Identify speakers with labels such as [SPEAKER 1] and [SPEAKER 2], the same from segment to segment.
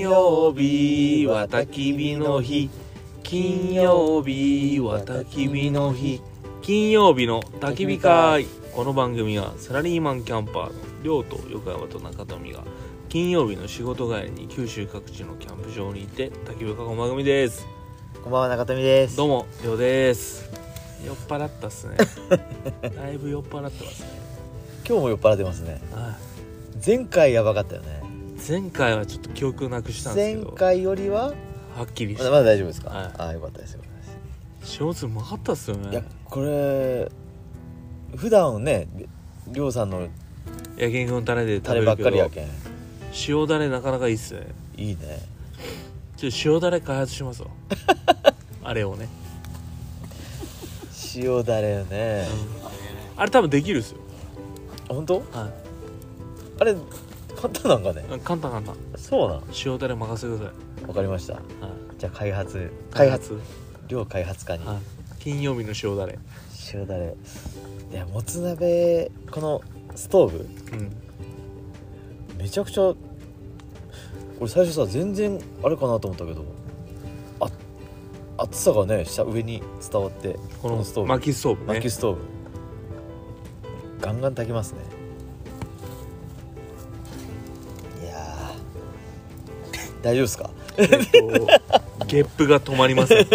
[SPEAKER 1] 曜日は焚き火の日金曜日は焚き火の日金曜日の焚き火会この番組はサラリーマンキャンパーの亮と横山と中富が金曜日の仕事帰りに九州各地のキャンプ場に行って焚き火を囲む番組です
[SPEAKER 2] こんばんは中富です
[SPEAKER 1] どうも亮です酔っ払ったっす ねだいぶ酔っ払ってますね
[SPEAKER 2] 今日も酔っ払ってますね
[SPEAKER 1] あ
[SPEAKER 2] 前回やばかったよね
[SPEAKER 1] 前回はちょっと記憶なくしたんです
[SPEAKER 2] 前
[SPEAKER 1] けど
[SPEAKER 2] 回よりは
[SPEAKER 1] はっきりして
[SPEAKER 2] まだまだ大丈夫ですか、
[SPEAKER 1] はい
[SPEAKER 2] ああよかったですよかったです
[SPEAKER 1] 塩津うまかったっすよね
[SPEAKER 2] いやこれ普段ねりょうさんの
[SPEAKER 1] 焼き肉のタレで
[SPEAKER 2] タ
[SPEAKER 1] 食べ
[SPEAKER 2] レ
[SPEAKER 1] る
[SPEAKER 2] ばっ
[SPEAKER 1] け
[SPEAKER 2] か
[SPEAKER 1] ど
[SPEAKER 2] りやけん
[SPEAKER 1] 塩だれなかなかいいっすね
[SPEAKER 2] いいね
[SPEAKER 1] ちょっと塩だれ開発し ますわあれをね、
[SPEAKER 2] 塩だれね
[SPEAKER 1] あれ多分できるっすよ、
[SPEAKER 2] 本当
[SPEAKER 1] は
[SPEAKER 2] あれ簡単なんかね
[SPEAKER 1] い、簡単簡単
[SPEAKER 2] そうなん
[SPEAKER 1] 塩だれ任せてくだ
[SPEAKER 2] わかりました
[SPEAKER 1] さい、はい、
[SPEAKER 2] じゃあ開発開発
[SPEAKER 1] は
[SPEAKER 2] 量開発課に
[SPEAKER 1] い、金曜日の塩だれ
[SPEAKER 2] 塩だれいやもつ鍋このストーブ
[SPEAKER 1] うん
[SPEAKER 2] めちゃくちゃ俺最初さ全然あれかなと思ったけどあ暑さがね下上に伝わって
[SPEAKER 1] こ
[SPEAKER 2] こ
[SPEAKER 1] の
[SPEAKER 2] のストーブ
[SPEAKER 1] 薪ストーブね
[SPEAKER 2] 薪ストーブガンガン炊きますねいやー大丈夫ですか
[SPEAKER 1] えっとゲップが止まりま せん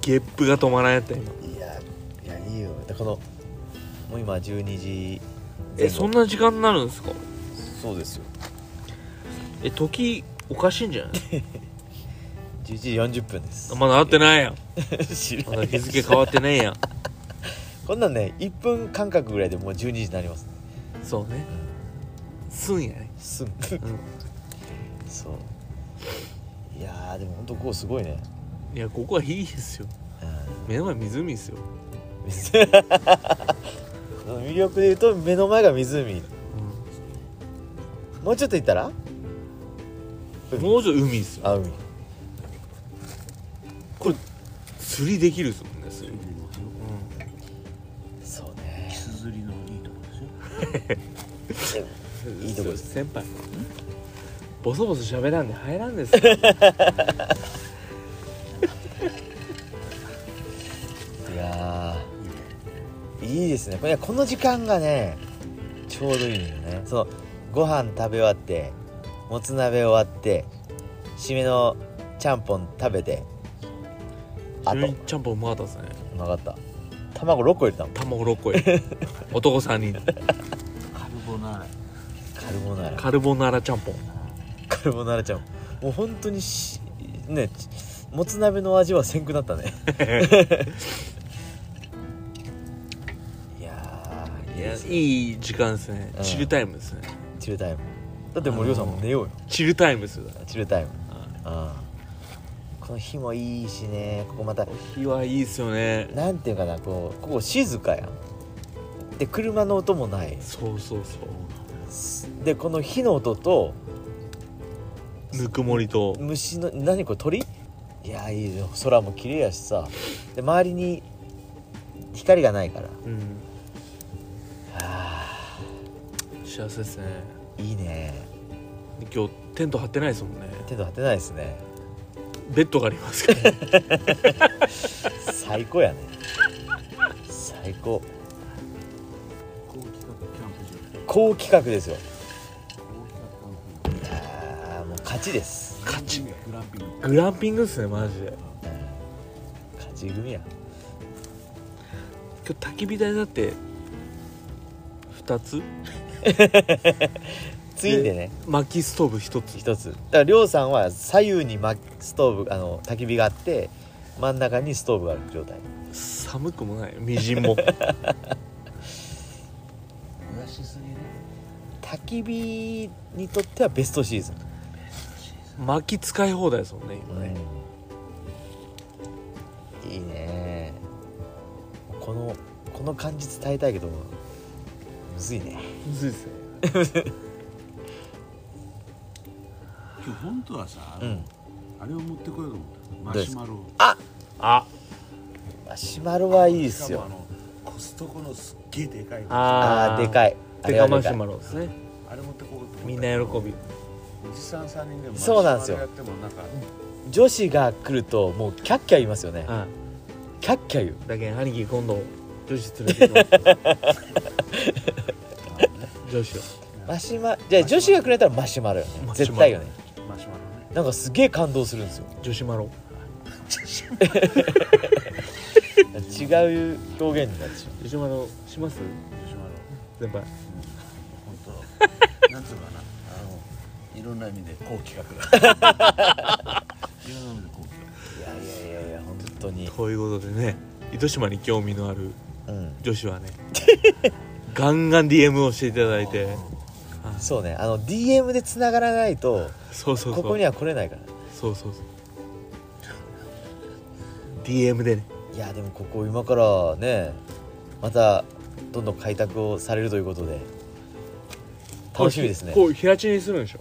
[SPEAKER 1] ゲップが止まらんやった今
[SPEAKER 2] いやいやいいよでこのもう今12時
[SPEAKER 1] えそんな時間になるんですか
[SPEAKER 2] そうですよ
[SPEAKER 1] え時おかしいんじゃない
[SPEAKER 2] 11時40分です
[SPEAKER 1] まだ会ってないやん
[SPEAKER 2] 知ら
[SPEAKER 1] ま
[SPEAKER 2] な
[SPEAKER 1] だ
[SPEAKER 2] い
[SPEAKER 1] 日付変わってねえ やん
[SPEAKER 2] こんなんね1分間隔ぐらいでもう12時になりますね
[SPEAKER 1] そうねすんやね
[SPEAKER 2] すん
[SPEAKER 1] う
[SPEAKER 2] そういやーでもほんとこうすごいね、
[SPEAKER 1] んいやここはいいですよ目の前湖ですよ、
[SPEAKER 2] うん、魅力で言うと目の前が湖もうちょっと行ったら
[SPEAKER 1] うんもうちょっと海ですよ
[SPEAKER 2] あ海
[SPEAKER 1] これ釣りできるですもんね釣り、
[SPEAKER 2] そうね
[SPEAKER 3] 釣りのいいところですよ
[SPEAKER 1] うん
[SPEAKER 2] いいとこです
[SPEAKER 1] 先輩ボソボソ喋らんで入らんですよ
[SPEAKER 2] いやーいいですねこれこの時間がねちょうどいいのよねそのご飯食べ終わってもつ鍋終わって締めのちゃんぽん食べて あ
[SPEAKER 1] ちな
[SPEAKER 2] と
[SPEAKER 1] みにちゃんぽんうまかったですね
[SPEAKER 2] 分かった卵6個入れたもん
[SPEAKER 1] 卵6個入 れ男3人
[SPEAKER 3] カルボナーラ
[SPEAKER 2] カルボナーラ
[SPEAKER 1] カルボナーラちゃんぽん
[SPEAKER 2] カルボナーラちゃんもう本当にしねちもつ鍋の味はせんくなったねいやー
[SPEAKER 1] い
[SPEAKER 2] いい
[SPEAKER 1] や
[SPEAKER 2] ですね
[SPEAKER 1] いい時間ですね、
[SPEAKER 2] うん
[SPEAKER 1] チルタイムですね
[SPEAKER 2] チルタイムだってもうりょうさんも寝ようよ
[SPEAKER 1] チルタイムですよ
[SPEAKER 2] チルタイム
[SPEAKER 1] は
[SPEAKER 2] うんこの日もいいしねここまた
[SPEAKER 1] 日はいいですよね
[SPEAKER 2] なんていうかなこうここ静かやんで車の音もない
[SPEAKER 1] そうそうそ
[SPEAKER 2] でこの火の音と
[SPEAKER 1] うぬくもりと
[SPEAKER 2] 虫の何これ鳥いやいいよ空も綺麗やしさで周りに光がないから
[SPEAKER 1] うん
[SPEAKER 2] あ
[SPEAKER 1] 幸せですね
[SPEAKER 2] ーいいね
[SPEAKER 1] で今日テント張ってないですもんね
[SPEAKER 2] 手と張ってないですね
[SPEAKER 1] ベッドがありますから、ね、
[SPEAKER 2] 最高やね最高
[SPEAKER 3] 高規格キャンプ場
[SPEAKER 2] 高企画ですよ
[SPEAKER 3] 高規格
[SPEAKER 2] いやーもう勝ちです
[SPEAKER 3] キャンプ場勝ちグランピング
[SPEAKER 1] グランピングですねマジで
[SPEAKER 2] 勝ち組や
[SPEAKER 1] 今日焚き火台だって2つ
[SPEAKER 2] ついんでね
[SPEAKER 1] 薪ストーブ1つ
[SPEAKER 2] 一つだから亮さんは左右にまストーブあの焚き火があって真ん中にストーブがある状態
[SPEAKER 1] 寒くもないみじん も
[SPEAKER 3] 蒸らしすぎね
[SPEAKER 2] 焚き火にとってはベストシーズン
[SPEAKER 1] 薪使い放題ですもんね今ね、
[SPEAKER 2] うんいいねこのこの感じ伝えたいけどむずいね
[SPEAKER 1] むずいですね
[SPEAKER 3] 今日本当はさ、
[SPEAKER 2] うん
[SPEAKER 3] あれを持ってこようと思ったマ
[SPEAKER 2] どうで
[SPEAKER 3] シ
[SPEAKER 2] す
[SPEAKER 3] ュ
[SPEAKER 2] か
[SPEAKER 3] マロを
[SPEAKER 1] あ
[SPEAKER 2] マシュマロはいい
[SPEAKER 3] い
[SPEAKER 2] っすよ
[SPEAKER 3] あのコストコのすっげえでかい
[SPEAKER 1] あ
[SPEAKER 2] あーでかいあ
[SPEAKER 1] デ
[SPEAKER 2] れは
[SPEAKER 1] カ
[SPEAKER 2] でか
[SPEAKER 1] マ
[SPEAKER 2] い
[SPEAKER 1] シュマロですね
[SPEAKER 3] あれ持ってこようと思った
[SPEAKER 1] みんな喜び
[SPEAKER 3] おじさん3人でも
[SPEAKER 2] そうなんですよ
[SPEAKER 3] マシュマロやってもなんか
[SPEAKER 2] 女子が来るともうキャッキャ言いますよね
[SPEAKER 1] は
[SPEAKER 2] キャッキャ言
[SPEAKER 1] い
[SPEAKER 2] う
[SPEAKER 1] だけん兄貴今度女子連れてきます 女子を
[SPEAKER 2] マシュマじゃあ女子がくれたらマシュマロよね
[SPEAKER 1] マシュ
[SPEAKER 2] 絶
[SPEAKER 1] マロ
[SPEAKER 2] 対よね
[SPEAKER 3] マシュマロね
[SPEAKER 2] なんかすげえ感動するんですよ
[SPEAKER 1] 女子マロ
[SPEAKER 2] 違う表現になっちゃ
[SPEAKER 1] 女子マロします
[SPEAKER 3] マシュマロ
[SPEAKER 1] 先輩
[SPEAKER 3] 本 当なんつうかなあのいろんな意味で好企画だ いろんな意味で好企
[SPEAKER 2] ういやいやいやいや本当に
[SPEAKER 1] ということでね糸島に興味のある
[SPEAKER 2] うん
[SPEAKER 1] 女子はね ガンガン DM をしていただいて
[SPEAKER 2] そうねあの DM で繋がらないと
[SPEAKER 1] そうそうそう
[SPEAKER 2] ここには来れないから
[SPEAKER 1] そうそうそう DM でね
[SPEAKER 2] いやでもここ今からねまたどんどん開拓をされるということで楽しみですね
[SPEAKER 1] こう平地にするんでしょ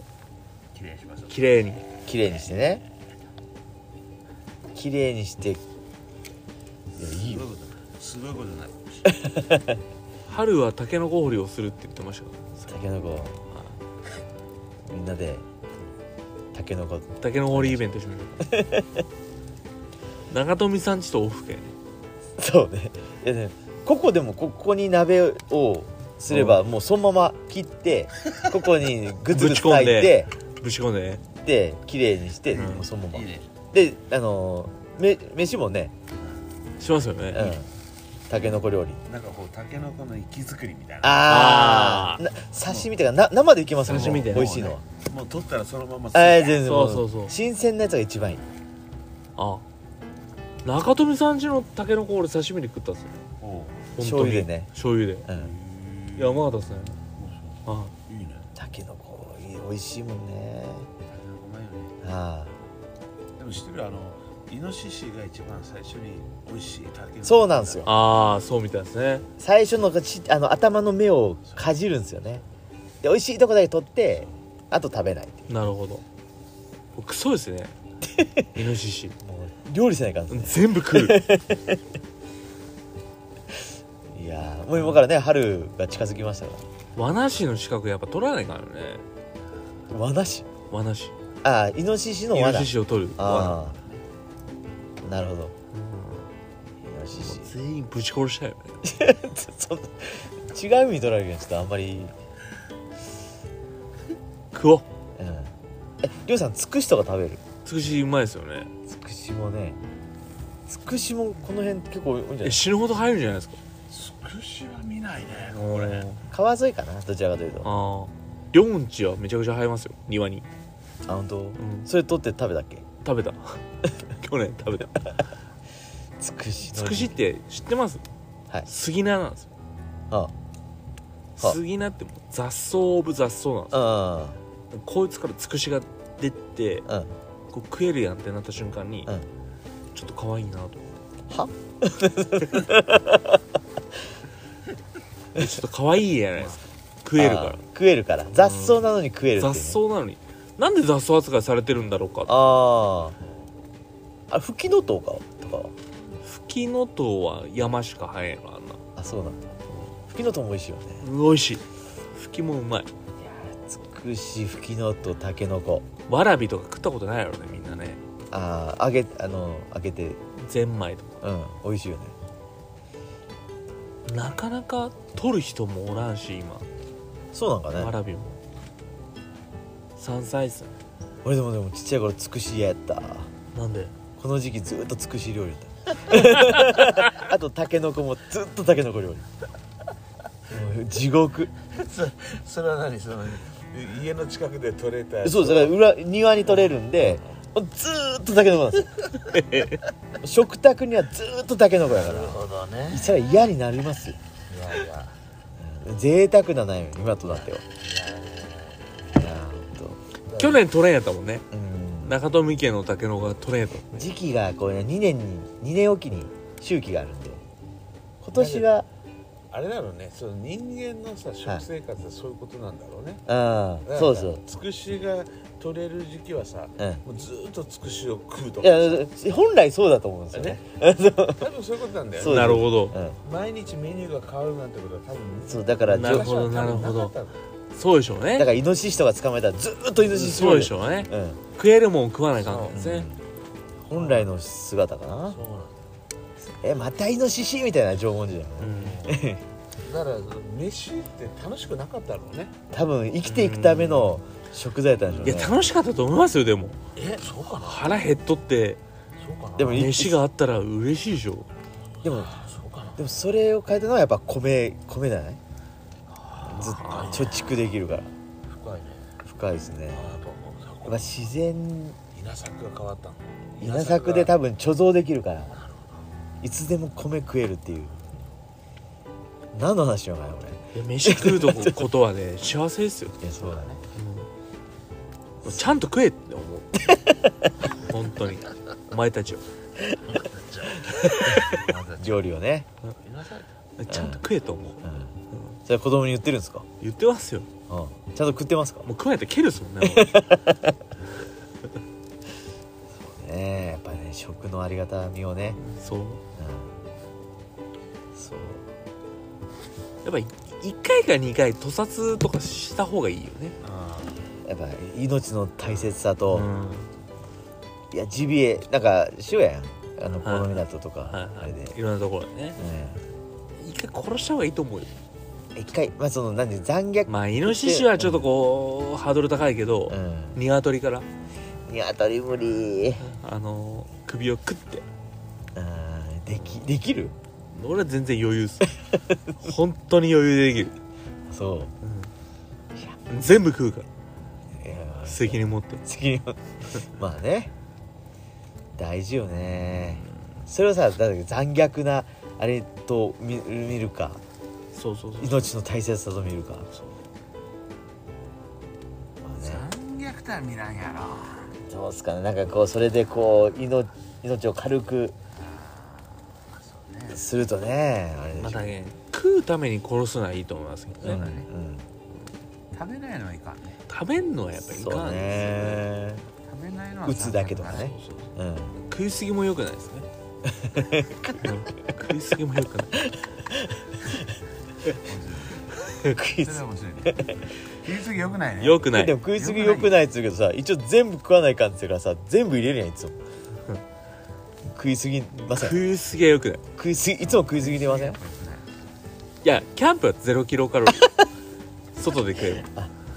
[SPEAKER 3] 画綺麗にしましょう
[SPEAKER 1] 綺麗に
[SPEAKER 2] 綺麗にしてね綺麗にしていやいいよ
[SPEAKER 3] すごいことになる
[SPEAKER 1] 春はタケノコ掘りをするって言ってましたよ
[SPEAKER 2] タケノコみんなでタケノコ
[SPEAKER 1] タケノコ掘りイベントしましょう長富さんちとオフ県
[SPEAKER 2] そうねいやでもここでもここに鍋をすればもうそのまま切ってここにグツグツ炊いて
[SPEAKER 1] ぶち込んでね
[SPEAKER 2] で綺麗にして、
[SPEAKER 1] うん
[SPEAKER 2] もうそのま
[SPEAKER 3] いい
[SPEAKER 2] ま
[SPEAKER 3] ね
[SPEAKER 2] であのめ飯もね
[SPEAKER 1] しますよ
[SPEAKER 2] う
[SPEAKER 1] ね、
[SPEAKER 2] んタケノコ料理
[SPEAKER 3] なんかこうタケノコの息作りみたいな
[SPEAKER 2] あ
[SPEAKER 1] あ
[SPEAKER 2] あ
[SPEAKER 1] ー
[SPEAKER 2] 刺身とかな生でいけますもん
[SPEAKER 1] 刺身で
[SPEAKER 2] 美味しいのは
[SPEAKER 3] もう取ったらそのまま
[SPEAKER 2] あー全然
[SPEAKER 1] そうそうそう
[SPEAKER 2] も新鮮なやつが一番いい
[SPEAKER 1] あ中富さんちのタケノコ俺刺身で食ったんですよ
[SPEAKER 3] おう
[SPEAKER 1] 本当に
[SPEAKER 2] 醤油でね
[SPEAKER 1] 醤油で
[SPEAKER 2] うん
[SPEAKER 1] いやうまかったですねあ
[SPEAKER 3] いいね
[SPEAKER 2] タケノコいい美味しいもんね
[SPEAKER 3] タケノコうまいよね
[SPEAKER 2] あ
[SPEAKER 3] でも知ってるあのイノシシが一番最初に美味しいタケノコ
[SPEAKER 2] そうなんですよ
[SPEAKER 1] あーそうみたいですね
[SPEAKER 2] ー最初のちあの頭の目をかじるんですよねで美味しいとこだけ取ってあと食べないってい
[SPEAKER 1] なるほどクソです ねイノシシ
[SPEAKER 2] うもう料理せないからね
[SPEAKER 1] 全部食う
[SPEAKER 2] いやーもう今からね春が近づきましたか
[SPEAKER 1] 和ナシの資格やっぱ取らないからね
[SPEAKER 2] ら和なし
[SPEAKER 1] 和ナシ
[SPEAKER 2] ああイノシシの
[SPEAKER 1] イ
[SPEAKER 2] 和
[SPEAKER 1] ノ
[SPEAKER 2] だ
[SPEAKER 1] シシを取る罠
[SPEAKER 2] ああなるほどイノシシ
[SPEAKER 1] 全員ぶち殺したよね
[SPEAKER 2] そんな違う意味に取られるよちょっとあんまり
[SPEAKER 1] 食おう
[SPEAKER 2] うんえりょうさんつくしとか食べる
[SPEAKER 1] つくしうまいですよね
[SPEAKER 2] つくしもねつくしもこの辺結構多いんじゃない
[SPEAKER 1] え死ぬほど入るんじゃないですか
[SPEAKER 3] つくしは見ないね
[SPEAKER 1] これ
[SPEAKER 2] 川沿いかなどちらかというと
[SPEAKER 1] あ
[SPEAKER 2] あ
[SPEAKER 1] ありょんちはめちゃくちゃ入りますよ庭に
[SPEAKER 2] 本当、
[SPEAKER 1] ん
[SPEAKER 2] それ取って食べたっけ
[SPEAKER 1] 食べた 去年食べた
[SPEAKER 2] つくしの
[SPEAKER 1] つくしって知ってます
[SPEAKER 2] はい
[SPEAKER 1] 杉菜なんですよ
[SPEAKER 2] あは
[SPEAKER 1] 杉菜ってもう雑草オブ雑草なんですよ
[SPEAKER 2] あ
[SPEAKER 1] こいつからつくしが出て
[SPEAKER 2] うんうん
[SPEAKER 1] こう食えるやんってなった瞬間に、
[SPEAKER 2] うん
[SPEAKER 1] ちょっと可愛いなと
[SPEAKER 2] は
[SPEAKER 1] えちょっと可愛 いじゃないですか食えるか
[SPEAKER 2] あー食えるから雑草なのに食える
[SPEAKER 1] ら
[SPEAKER 2] っていう
[SPEAKER 1] 雑
[SPEAKER 2] ね、
[SPEAKER 1] 草なのになんで雑草扱いされてるんだろうか
[SPEAKER 2] あああフキノトウかとかは
[SPEAKER 1] フキノトウは山しか生えんのあんな
[SPEAKER 2] あそうなんだフキノトウも美味しいよね
[SPEAKER 1] 美味しいフキもうまい
[SPEAKER 2] いやーつくしフキノトウタケノコ
[SPEAKER 1] わらびとか食ったことないやろねみんなね
[SPEAKER 2] ああ揚げあの揚げて
[SPEAKER 1] ゼンマイとか
[SPEAKER 2] うん美味しいよね
[SPEAKER 1] なかなか取る人もおらんし今
[SPEAKER 2] そうなんか
[SPEAKER 1] わ
[SPEAKER 2] ね
[SPEAKER 1] らびも山菜っすね
[SPEAKER 2] 俺でもでもちっちゃい頃つくし嫌やった
[SPEAKER 1] なんで
[SPEAKER 2] この時期ずっとつくし料理だあとタケノコもずっとタケノコ料理もう地獄
[SPEAKER 3] そ それは何その家の近くで取れたやつ
[SPEAKER 2] そうだから裏庭に取れるんでずーっとタケノコなんですよ食卓にはずーっとタケノコやか
[SPEAKER 3] なる
[SPEAKER 2] ら
[SPEAKER 3] ほどね
[SPEAKER 2] それは嫌になりますよ
[SPEAKER 3] いやいや
[SPEAKER 2] 贅沢な悩み今となってはいやーほん
[SPEAKER 1] 去年取れんやったもんね
[SPEAKER 2] とうん
[SPEAKER 1] 中富家のタケノコが取れんやったもんね
[SPEAKER 2] 時期がこうね2年に2年おきに周期があるんで今年は
[SPEAKER 3] あれだろうねその人間のさ食生活はそういうことなんだろうね、
[SPEAKER 2] うんそうそう
[SPEAKER 3] つくしが取れる時期はさ、
[SPEAKER 2] うん
[SPEAKER 3] もうずーっとつくしを食うと
[SPEAKER 2] い
[SPEAKER 3] か
[SPEAKER 2] や本来そうだと思うんですよね
[SPEAKER 3] ね多分そういうことなんだよ
[SPEAKER 2] そうです
[SPEAKER 3] ね
[SPEAKER 1] なるほど
[SPEAKER 2] うん、
[SPEAKER 3] 毎日メニューが変わるなんてことは多分
[SPEAKER 2] そうだからじ
[SPEAKER 1] なる
[SPEAKER 2] ょ
[SPEAKER 1] ほど
[SPEAKER 3] 昔は多分なかったの
[SPEAKER 1] そそうでしょう
[SPEAKER 2] だか
[SPEAKER 1] ね
[SPEAKER 2] らイノシシとか捕まえたらずーっとイノシシ
[SPEAKER 1] そうでし
[SPEAKER 2] ょ、
[SPEAKER 1] ょうね
[SPEAKER 2] うん
[SPEAKER 1] 食えるもん食わないかんからです
[SPEAKER 2] うん
[SPEAKER 1] ね、
[SPEAKER 2] 本来の姿かな
[SPEAKER 3] そうなんだ
[SPEAKER 2] えまたイノシシみたいな縄文人だよね
[SPEAKER 1] うん
[SPEAKER 3] だから飯って楽しくなかったろうね
[SPEAKER 2] 多分生きていくための食材だったん
[SPEAKER 1] い
[SPEAKER 2] でしょ
[SPEAKER 1] や
[SPEAKER 2] うね
[SPEAKER 1] 楽しかったと思いますよでも
[SPEAKER 3] えそうかな
[SPEAKER 1] 腹減っとって
[SPEAKER 3] そうかな
[SPEAKER 2] でもい
[SPEAKER 1] 飯があったら嬉しいでしょ
[SPEAKER 2] でも
[SPEAKER 3] そうかな
[SPEAKER 2] でもそれを変えたのはやっぱ米米じゃないずっと
[SPEAKER 3] あ
[SPEAKER 2] 貯蓄できるから
[SPEAKER 3] 深いね
[SPEAKER 2] 深いですね
[SPEAKER 3] ああやっぱ
[SPEAKER 2] やっぱ自然
[SPEAKER 3] 稲作が変わったの
[SPEAKER 2] 稲作で多分
[SPEAKER 3] 分
[SPEAKER 2] 貯蔵できるからいつでも米食えるっていう何の話しようかな俺
[SPEAKER 1] いや飯食うとこことはね幸せですよ、
[SPEAKER 2] いやそうだね
[SPEAKER 1] うんちゃんと食えって思う 本当にお前たちを
[SPEAKER 2] 料理をね、
[SPEAKER 3] 稲作
[SPEAKER 1] ちゃんと食えと思う
[SPEAKER 2] うん、それは子供に言ってるんですか、
[SPEAKER 1] 言ってますよも
[SPEAKER 2] うん、ちゃんと食ってますか
[SPEAKER 1] う食わないと蹴るっすもんね俺
[SPEAKER 2] ねえやっぱね食のありがたみをね、
[SPEAKER 1] そう
[SPEAKER 2] うん、そう
[SPEAKER 1] やっぱ1回か2回屠殺とかした方がいいよね
[SPEAKER 3] あ
[SPEAKER 2] やっぱ命の大切さと、
[SPEAKER 1] うん
[SPEAKER 2] いやジビエなんか塩やんあの
[SPEAKER 1] はい
[SPEAKER 2] 好みだととか、
[SPEAKER 1] はい
[SPEAKER 2] あ
[SPEAKER 1] は
[SPEAKER 2] れで、
[SPEAKER 1] いいろんなところでね一回殺した方がいいと思うよ
[SPEAKER 2] うん、一回まあその何で残虐、
[SPEAKER 1] まあイノシシはちょっとこうハードル高いけど
[SPEAKER 2] うん
[SPEAKER 1] ニワトリから
[SPEAKER 2] ニワトリ無理
[SPEAKER 1] あの首をクッて
[SPEAKER 2] うんできできる
[SPEAKER 1] 俺は全然余 裕っす本当に余裕でできる
[SPEAKER 2] そう
[SPEAKER 1] うん全部食うから
[SPEAKER 2] いや
[SPEAKER 1] 責任持って
[SPEAKER 2] 責任を まあね大事よねそれをさだから残虐なあれと見見るか
[SPEAKER 1] そうそうそう
[SPEAKER 2] 命の大切さと見るか、
[SPEAKER 1] そう
[SPEAKER 2] まあ
[SPEAKER 3] あ
[SPEAKER 2] ね
[SPEAKER 3] 残虐とは見らんやろ
[SPEAKER 2] どうですかねなんかこうそれでこう命命を軽くするとねあれでしょ
[SPEAKER 1] またね食うために殺すのはいいと思いますけどね、
[SPEAKER 3] そうだね
[SPEAKER 2] うん
[SPEAKER 3] 食べないのはいかんね
[SPEAKER 1] 食べんのはやっぱいかん
[SPEAKER 2] そうね
[SPEAKER 3] 食べないのは
[SPEAKER 2] 打つだけとかね
[SPEAKER 1] そうそうそう
[SPEAKER 2] うん
[SPEAKER 1] 食い過ぎも良くない ですねうん食い過ぎも良くない
[SPEAKER 2] 食い
[SPEAKER 3] そ
[SPEAKER 2] つ
[SPEAKER 3] れは面白いね食い過ぎよくないね
[SPEAKER 1] 良くない
[SPEAKER 2] でも食いすぎよくないっつうけどさ一応全部食わないかんっつうからさ全部入れるやんいつも食いすぎません
[SPEAKER 1] 食い過ぎは良くない
[SPEAKER 2] 食いすぎいつも食いすぎてません
[SPEAKER 3] よくない
[SPEAKER 1] いやキャンプはゼロキロカロリー 外で食え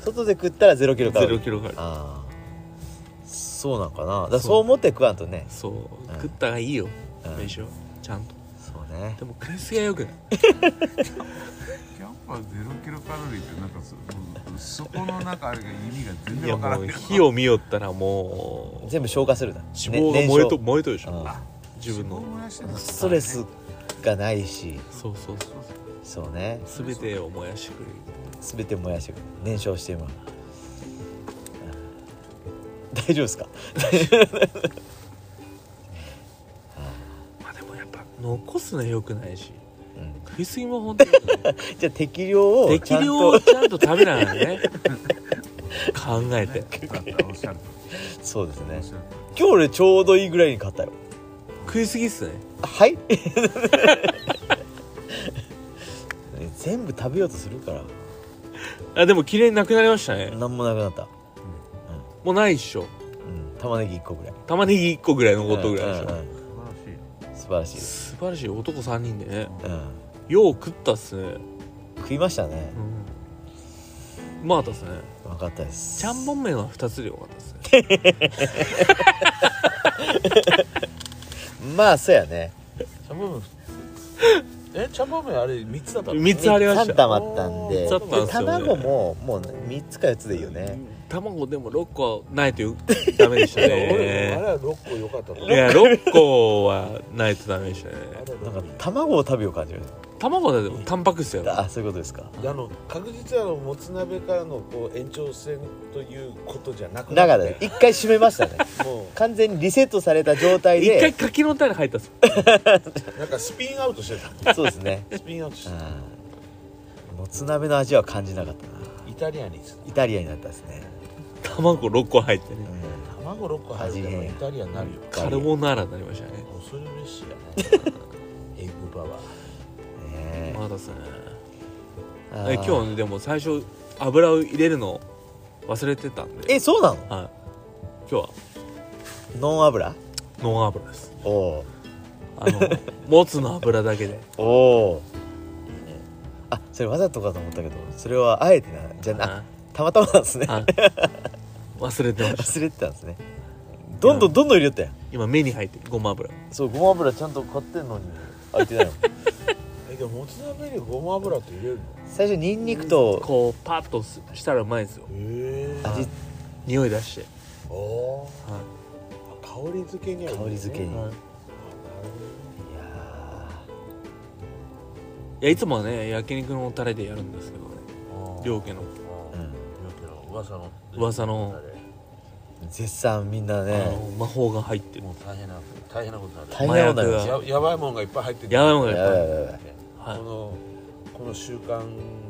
[SPEAKER 2] 外で食ったら0キロ
[SPEAKER 1] ば
[SPEAKER 2] カ
[SPEAKER 1] ゼ
[SPEAKER 2] ロリ
[SPEAKER 1] ロ
[SPEAKER 2] ー
[SPEAKER 1] キロカロリー
[SPEAKER 2] ああそうなんかなだからそう思って食わんとね
[SPEAKER 1] そう
[SPEAKER 2] うん
[SPEAKER 1] 食った方がいいよ
[SPEAKER 2] うん
[SPEAKER 1] 飯をちゃんと
[SPEAKER 2] そうね
[SPEAKER 1] でも食い過ぎは良くない
[SPEAKER 3] キャンプはゼロキロカロリーってなんかそそこのなんかあれが意味が全
[SPEAKER 1] い
[SPEAKER 3] 然
[SPEAKER 1] や
[SPEAKER 3] わから
[SPEAKER 1] も
[SPEAKER 3] な
[SPEAKER 1] う
[SPEAKER 3] い
[SPEAKER 1] 火を見よったらもう
[SPEAKER 2] 全部消化するな
[SPEAKER 1] 脂肪が燃えと燃えとるでしょ
[SPEAKER 2] うん
[SPEAKER 1] 自分の
[SPEAKER 2] ストレスがないし
[SPEAKER 1] そうそうそ
[SPEAKER 3] そう
[SPEAKER 2] そうね
[SPEAKER 1] う全てを燃やしてくれる
[SPEAKER 2] 全て燃やして燃焼してもらう大丈夫ですか
[SPEAKER 1] まあでもやっぱ残すのは良くないし
[SPEAKER 2] うん
[SPEAKER 1] 食い過ぎも本当に良くない
[SPEAKER 2] じゃあ適量を
[SPEAKER 1] 適
[SPEAKER 2] ちゃん
[SPEAKER 1] 量を
[SPEAKER 2] と
[SPEAKER 1] ちゃんと食べながら ね考えて
[SPEAKER 3] だったらおっしゃる
[SPEAKER 2] そうです
[SPEAKER 3] お
[SPEAKER 2] ね
[SPEAKER 3] っしゃる
[SPEAKER 2] 今日俺ちょうどいいぐらいに買ったよ
[SPEAKER 1] 食い過ぎっすね
[SPEAKER 2] はい 全部食べようとするから
[SPEAKER 1] あでも綺麗になくなりましたね
[SPEAKER 2] なんもなくなった
[SPEAKER 1] もうないっしょ
[SPEAKER 2] うん玉ねぎ1個ぐらい
[SPEAKER 1] 玉ねぎ1個ぐらい残っとくぐらいでしょ、
[SPEAKER 2] うんうん
[SPEAKER 3] 素晴らしい
[SPEAKER 2] うん素晴らしいです、
[SPEAKER 1] 素晴らしい男3人でね
[SPEAKER 2] うん、
[SPEAKER 1] よう食ったっすね
[SPEAKER 2] 食いましたね
[SPEAKER 1] うんうまかったっすね
[SPEAKER 2] 分かったです
[SPEAKER 1] ちゃんぽん麺は2つでよかったっすね
[SPEAKER 2] まあそうやね
[SPEAKER 3] チャンバーメンえチャンバーメンあれ三つだったの
[SPEAKER 1] 3つありまし
[SPEAKER 2] 3
[SPEAKER 1] た
[SPEAKER 2] 玉あったんで
[SPEAKER 1] ちょっとあるん
[SPEAKER 2] で
[SPEAKER 1] ですよね
[SPEAKER 2] 卵ももう3つか4つでいいよね
[SPEAKER 1] 卵でも6個ないとダメでした
[SPEAKER 3] いや俺あれ
[SPEAKER 1] ね
[SPEAKER 3] は六個良かったと
[SPEAKER 1] い
[SPEAKER 3] 思う
[SPEAKER 1] や6個はないとダメでしたね
[SPEAKER 3] あれは
[SPEAKER 2] な
[SPEAKER 3] 六
[SPEAKER 2] ん
[SPEAKER 3] 個
[SPEAKER 2] か卵を食べよう感じる
[SPEAKER 1] 卵だとタンパク質やろ
[SPEAKER 2] あそういうことですか
[SPEAKER 3] あの確実にあのもつ鍋からのこう延長線ということじゃなく
[SPEAKER 2] だ
[SPEAKER 3] な
[SPEAKER 2] から一回閉めましたね
[SPEAKER 3] も
[SPEAKER 2] 完全にリセットされた状態
[SPEAKER 1] 一回
[SPEAKER 2] で
[SPEAKER 1] 柿の種入ったっす
[SPEAKER 3] うなんかスピンアウトして
[SPEAKER 2] そうですね
[SPEAKER 3] たスピンアウトしてた
[SPEAKER 2] うんもつ鍋の味は感じなかったな
[SPEAKER 3] イタリアンにした
[SPEAKER 2] イタリアになったですね、
[SPEAKER 1] 卵6個入ってね
[SPEAKER 2] う
[SPEAKER 3] 卵六個入るからイタリアンになるよ
[SPEAKER 2] ん
[SPEAKER 1] カルボナーラになりましたね
[SPEAKER 3] 恐るべしやねエッグバワー
[SPEAKER 2] ねえ
[SPEAKER 1] まだっすね
[SPEAKER 2] あー
[SPEAKER 1] え今日ねでも最初油を入れるの忘れてたんで、
[SPEAKER 2] えそうなの
[SPEAKER 1] はい、今日は
[SPEAKER 2] ノン油
[SPEAKER 1] ノン油です
[SPEAKER 2] おお
[SPEAKER 1] あの もつの油だけで
[SPEAKER 2] おおあそれわざとかと思ったけどそれはあえてなじゃ な
[SPEAKER 1] あ
[SPEAKER 2] たまたまなんですね
[SPEAKER 1] あ忘れてました
[SPEAKER 2] 忘れてたんですねどんどんどんどん入れよったやん
[SPEAKER 1] 今目に入ってるごま油
[SPEAKER 2] そうごま油ちゃんと買ってんのに開いてないの
[SPEAKER 3] えでももつ鍋にごま油って入れるの
[SPEAKER 2] 最初ニンニクと
[SPEAKER 1] こうパッとすしたらうまいんですよ
[SPEAKER 3] へえ
[SPEAKER 2] 味
[SPEAKER 1] 匂い出して、
[SPEAKER 3] あー
[SPEAKER 1] は
[SPEAKER 3] 香り付けにはいいね
[SPEAKER 2] 香り付け
[SPEAKER 1] い
[SPEAKER 2] に
[SPEAKER 1] はい、
[SPEAKER 2] いや
[SPEAKER 1] いやいつもはね焼肉のタレでやるんですけどね両家の
[SPEAKER 2] ーうん
[SPEAKER 3] うん噂の
[SPEAKER 1] 噂の
[SPEAKER 3] あれ
[SPEAKER 2] 絶賛みんな
[SPEAKER 1] あ
[SPEAKER 2] ね
[SPEAKER 1] の魔法が入ってる
[SPEAKER 3] もう大変な大変なことになる
[SPEAKER 2] 大変なことになりま
[SPEAKER 1] 麻薬
[SPEAKER 2] すよ
[SPEAKER 3] ややばいもんがいっぱい入ってる
[SPEAKER 1] やばいもんがいっ
[SPEAKER 2] やばいやばいやばい
[SPEAKER 1] はい
[SPEAKER 3] このこの習慣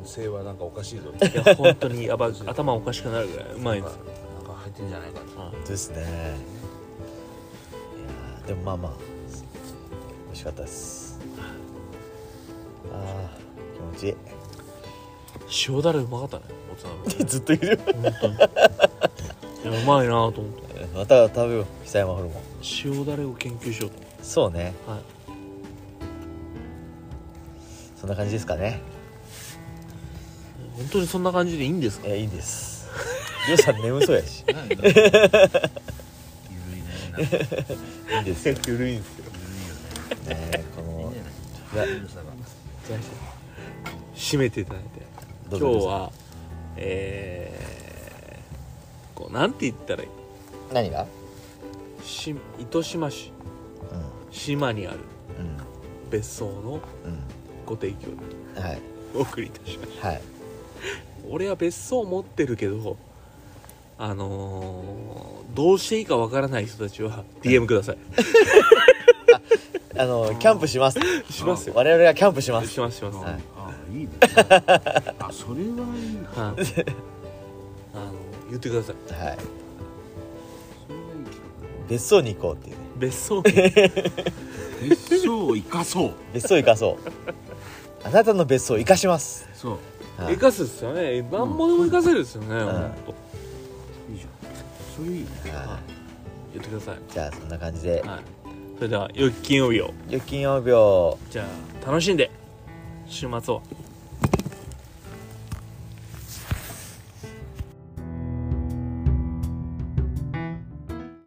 [SPEAKER 3] 性はなんかおかしいぞ
[SPEAKER 1] いや本当にやばい頭おかしくなるぐらいうまい
[SPEAKER 3] な
[SPEAKER 1] で
[SPEAKER 3] ん
[SPEAKER 1] す
[SPEAKER 3] かなんか入ってんじゃないかと
[SPEAKER 2] ですねいやーでもまあまあ美味しかったですあー気持ちい
[SPEAKER 1] 塩だれうまかったねもつ
[SPEAKER 2] いずっとい る
[SPEAKER 1] 鍋本当にいやうまいなと思って
[SPEAKER 2] また食べよう久山ホルモン
[SPEAKER 1] 塩だれを研究しようと
[SPEAKER 2] そうね
[SPEAKER 1] 思って、はい、
[SPEAKER 2] そんな感じですかね
[SPEAKER 1] 本当にそんな感じでいいんですか
[SPEAKER 2] いやいいんですりょうさん眠そうやし
[SPEAKER 3] なんかゆるいねなんかゆるいよね
[SPEAKER 2] いいんですよ、ね
[SPEAKER 1] 古いんですけど
[SPEAKER 2] え、こ
[SPEAKER 3] いいん
[SPEAKER 2] の
[SPEAKER 3] じゃない
[SPEAKER 2] な
[SPEAKER 3] ゆるさが
[SPEAKER 1] じゃあ締めていただいて
[SPEAKER 2] ど
[SPEAKER 1] 今
[SPEAKER 2] う
[SPEAKER 1] 日
[SPEAKER 2] ぞ
[SPEAKER 1] はえー、こうなんて言ったらいい
[SPEAKER 2] 何が
[SPEAKER 1] し糸島市
[SPEAKER 2] う
[SPEAKER 1] 島にある
[SPEAKER 2] んうん
[SPEAKER 1] 別荘のご提供で
[SPEAKER 2] うんはい
[SPEAKER 1] お送りいたしました
[SPEAKER 2] はい
[SPEAKER 1] 俺は別荘持ってるけどあのー、どうしていいかわからない人たちは DM ください、
[SPEAKER 2] あのキャンプします
[SPEAKER 1] しますよ
[SPEAKER 2] 我々がキャンプします
[SPEAKER 1] しますします、
[SPEAKER 2] はい
[SPEAKER 3] ああいいねあそれはいいね
[SPEAKER 1] はい、あの言ってください
[SPEAKER 2] はい
[SPEAKER 3] それがいい企
[SPEAKER 2] 別荘に行こうっていうね
[SPEAKER 1] 別荘に
[SPEAKER 3] 画別荘を生かそう
[SPEAKER 2] 別荘行かそうあなたの別荘行かします
[SPEAKER 3] そう
[SPEAKER 2] はい
[SPEAKER 1] 生かすっすよね何もでも生かせるっすよね、本当
[SPEAKER 3] いいじゃんそれいいね
[SPEAKER 2] は
[SPEAKER 1] 言ってください
[SPEAKER 2] いじゃあそんな感じで
[SPEAKER 1] はいそれでは良き金曜日を
[SPEAKER 2] 預金曜病
[SPEAKER 1] じゃあ楽しんで週末を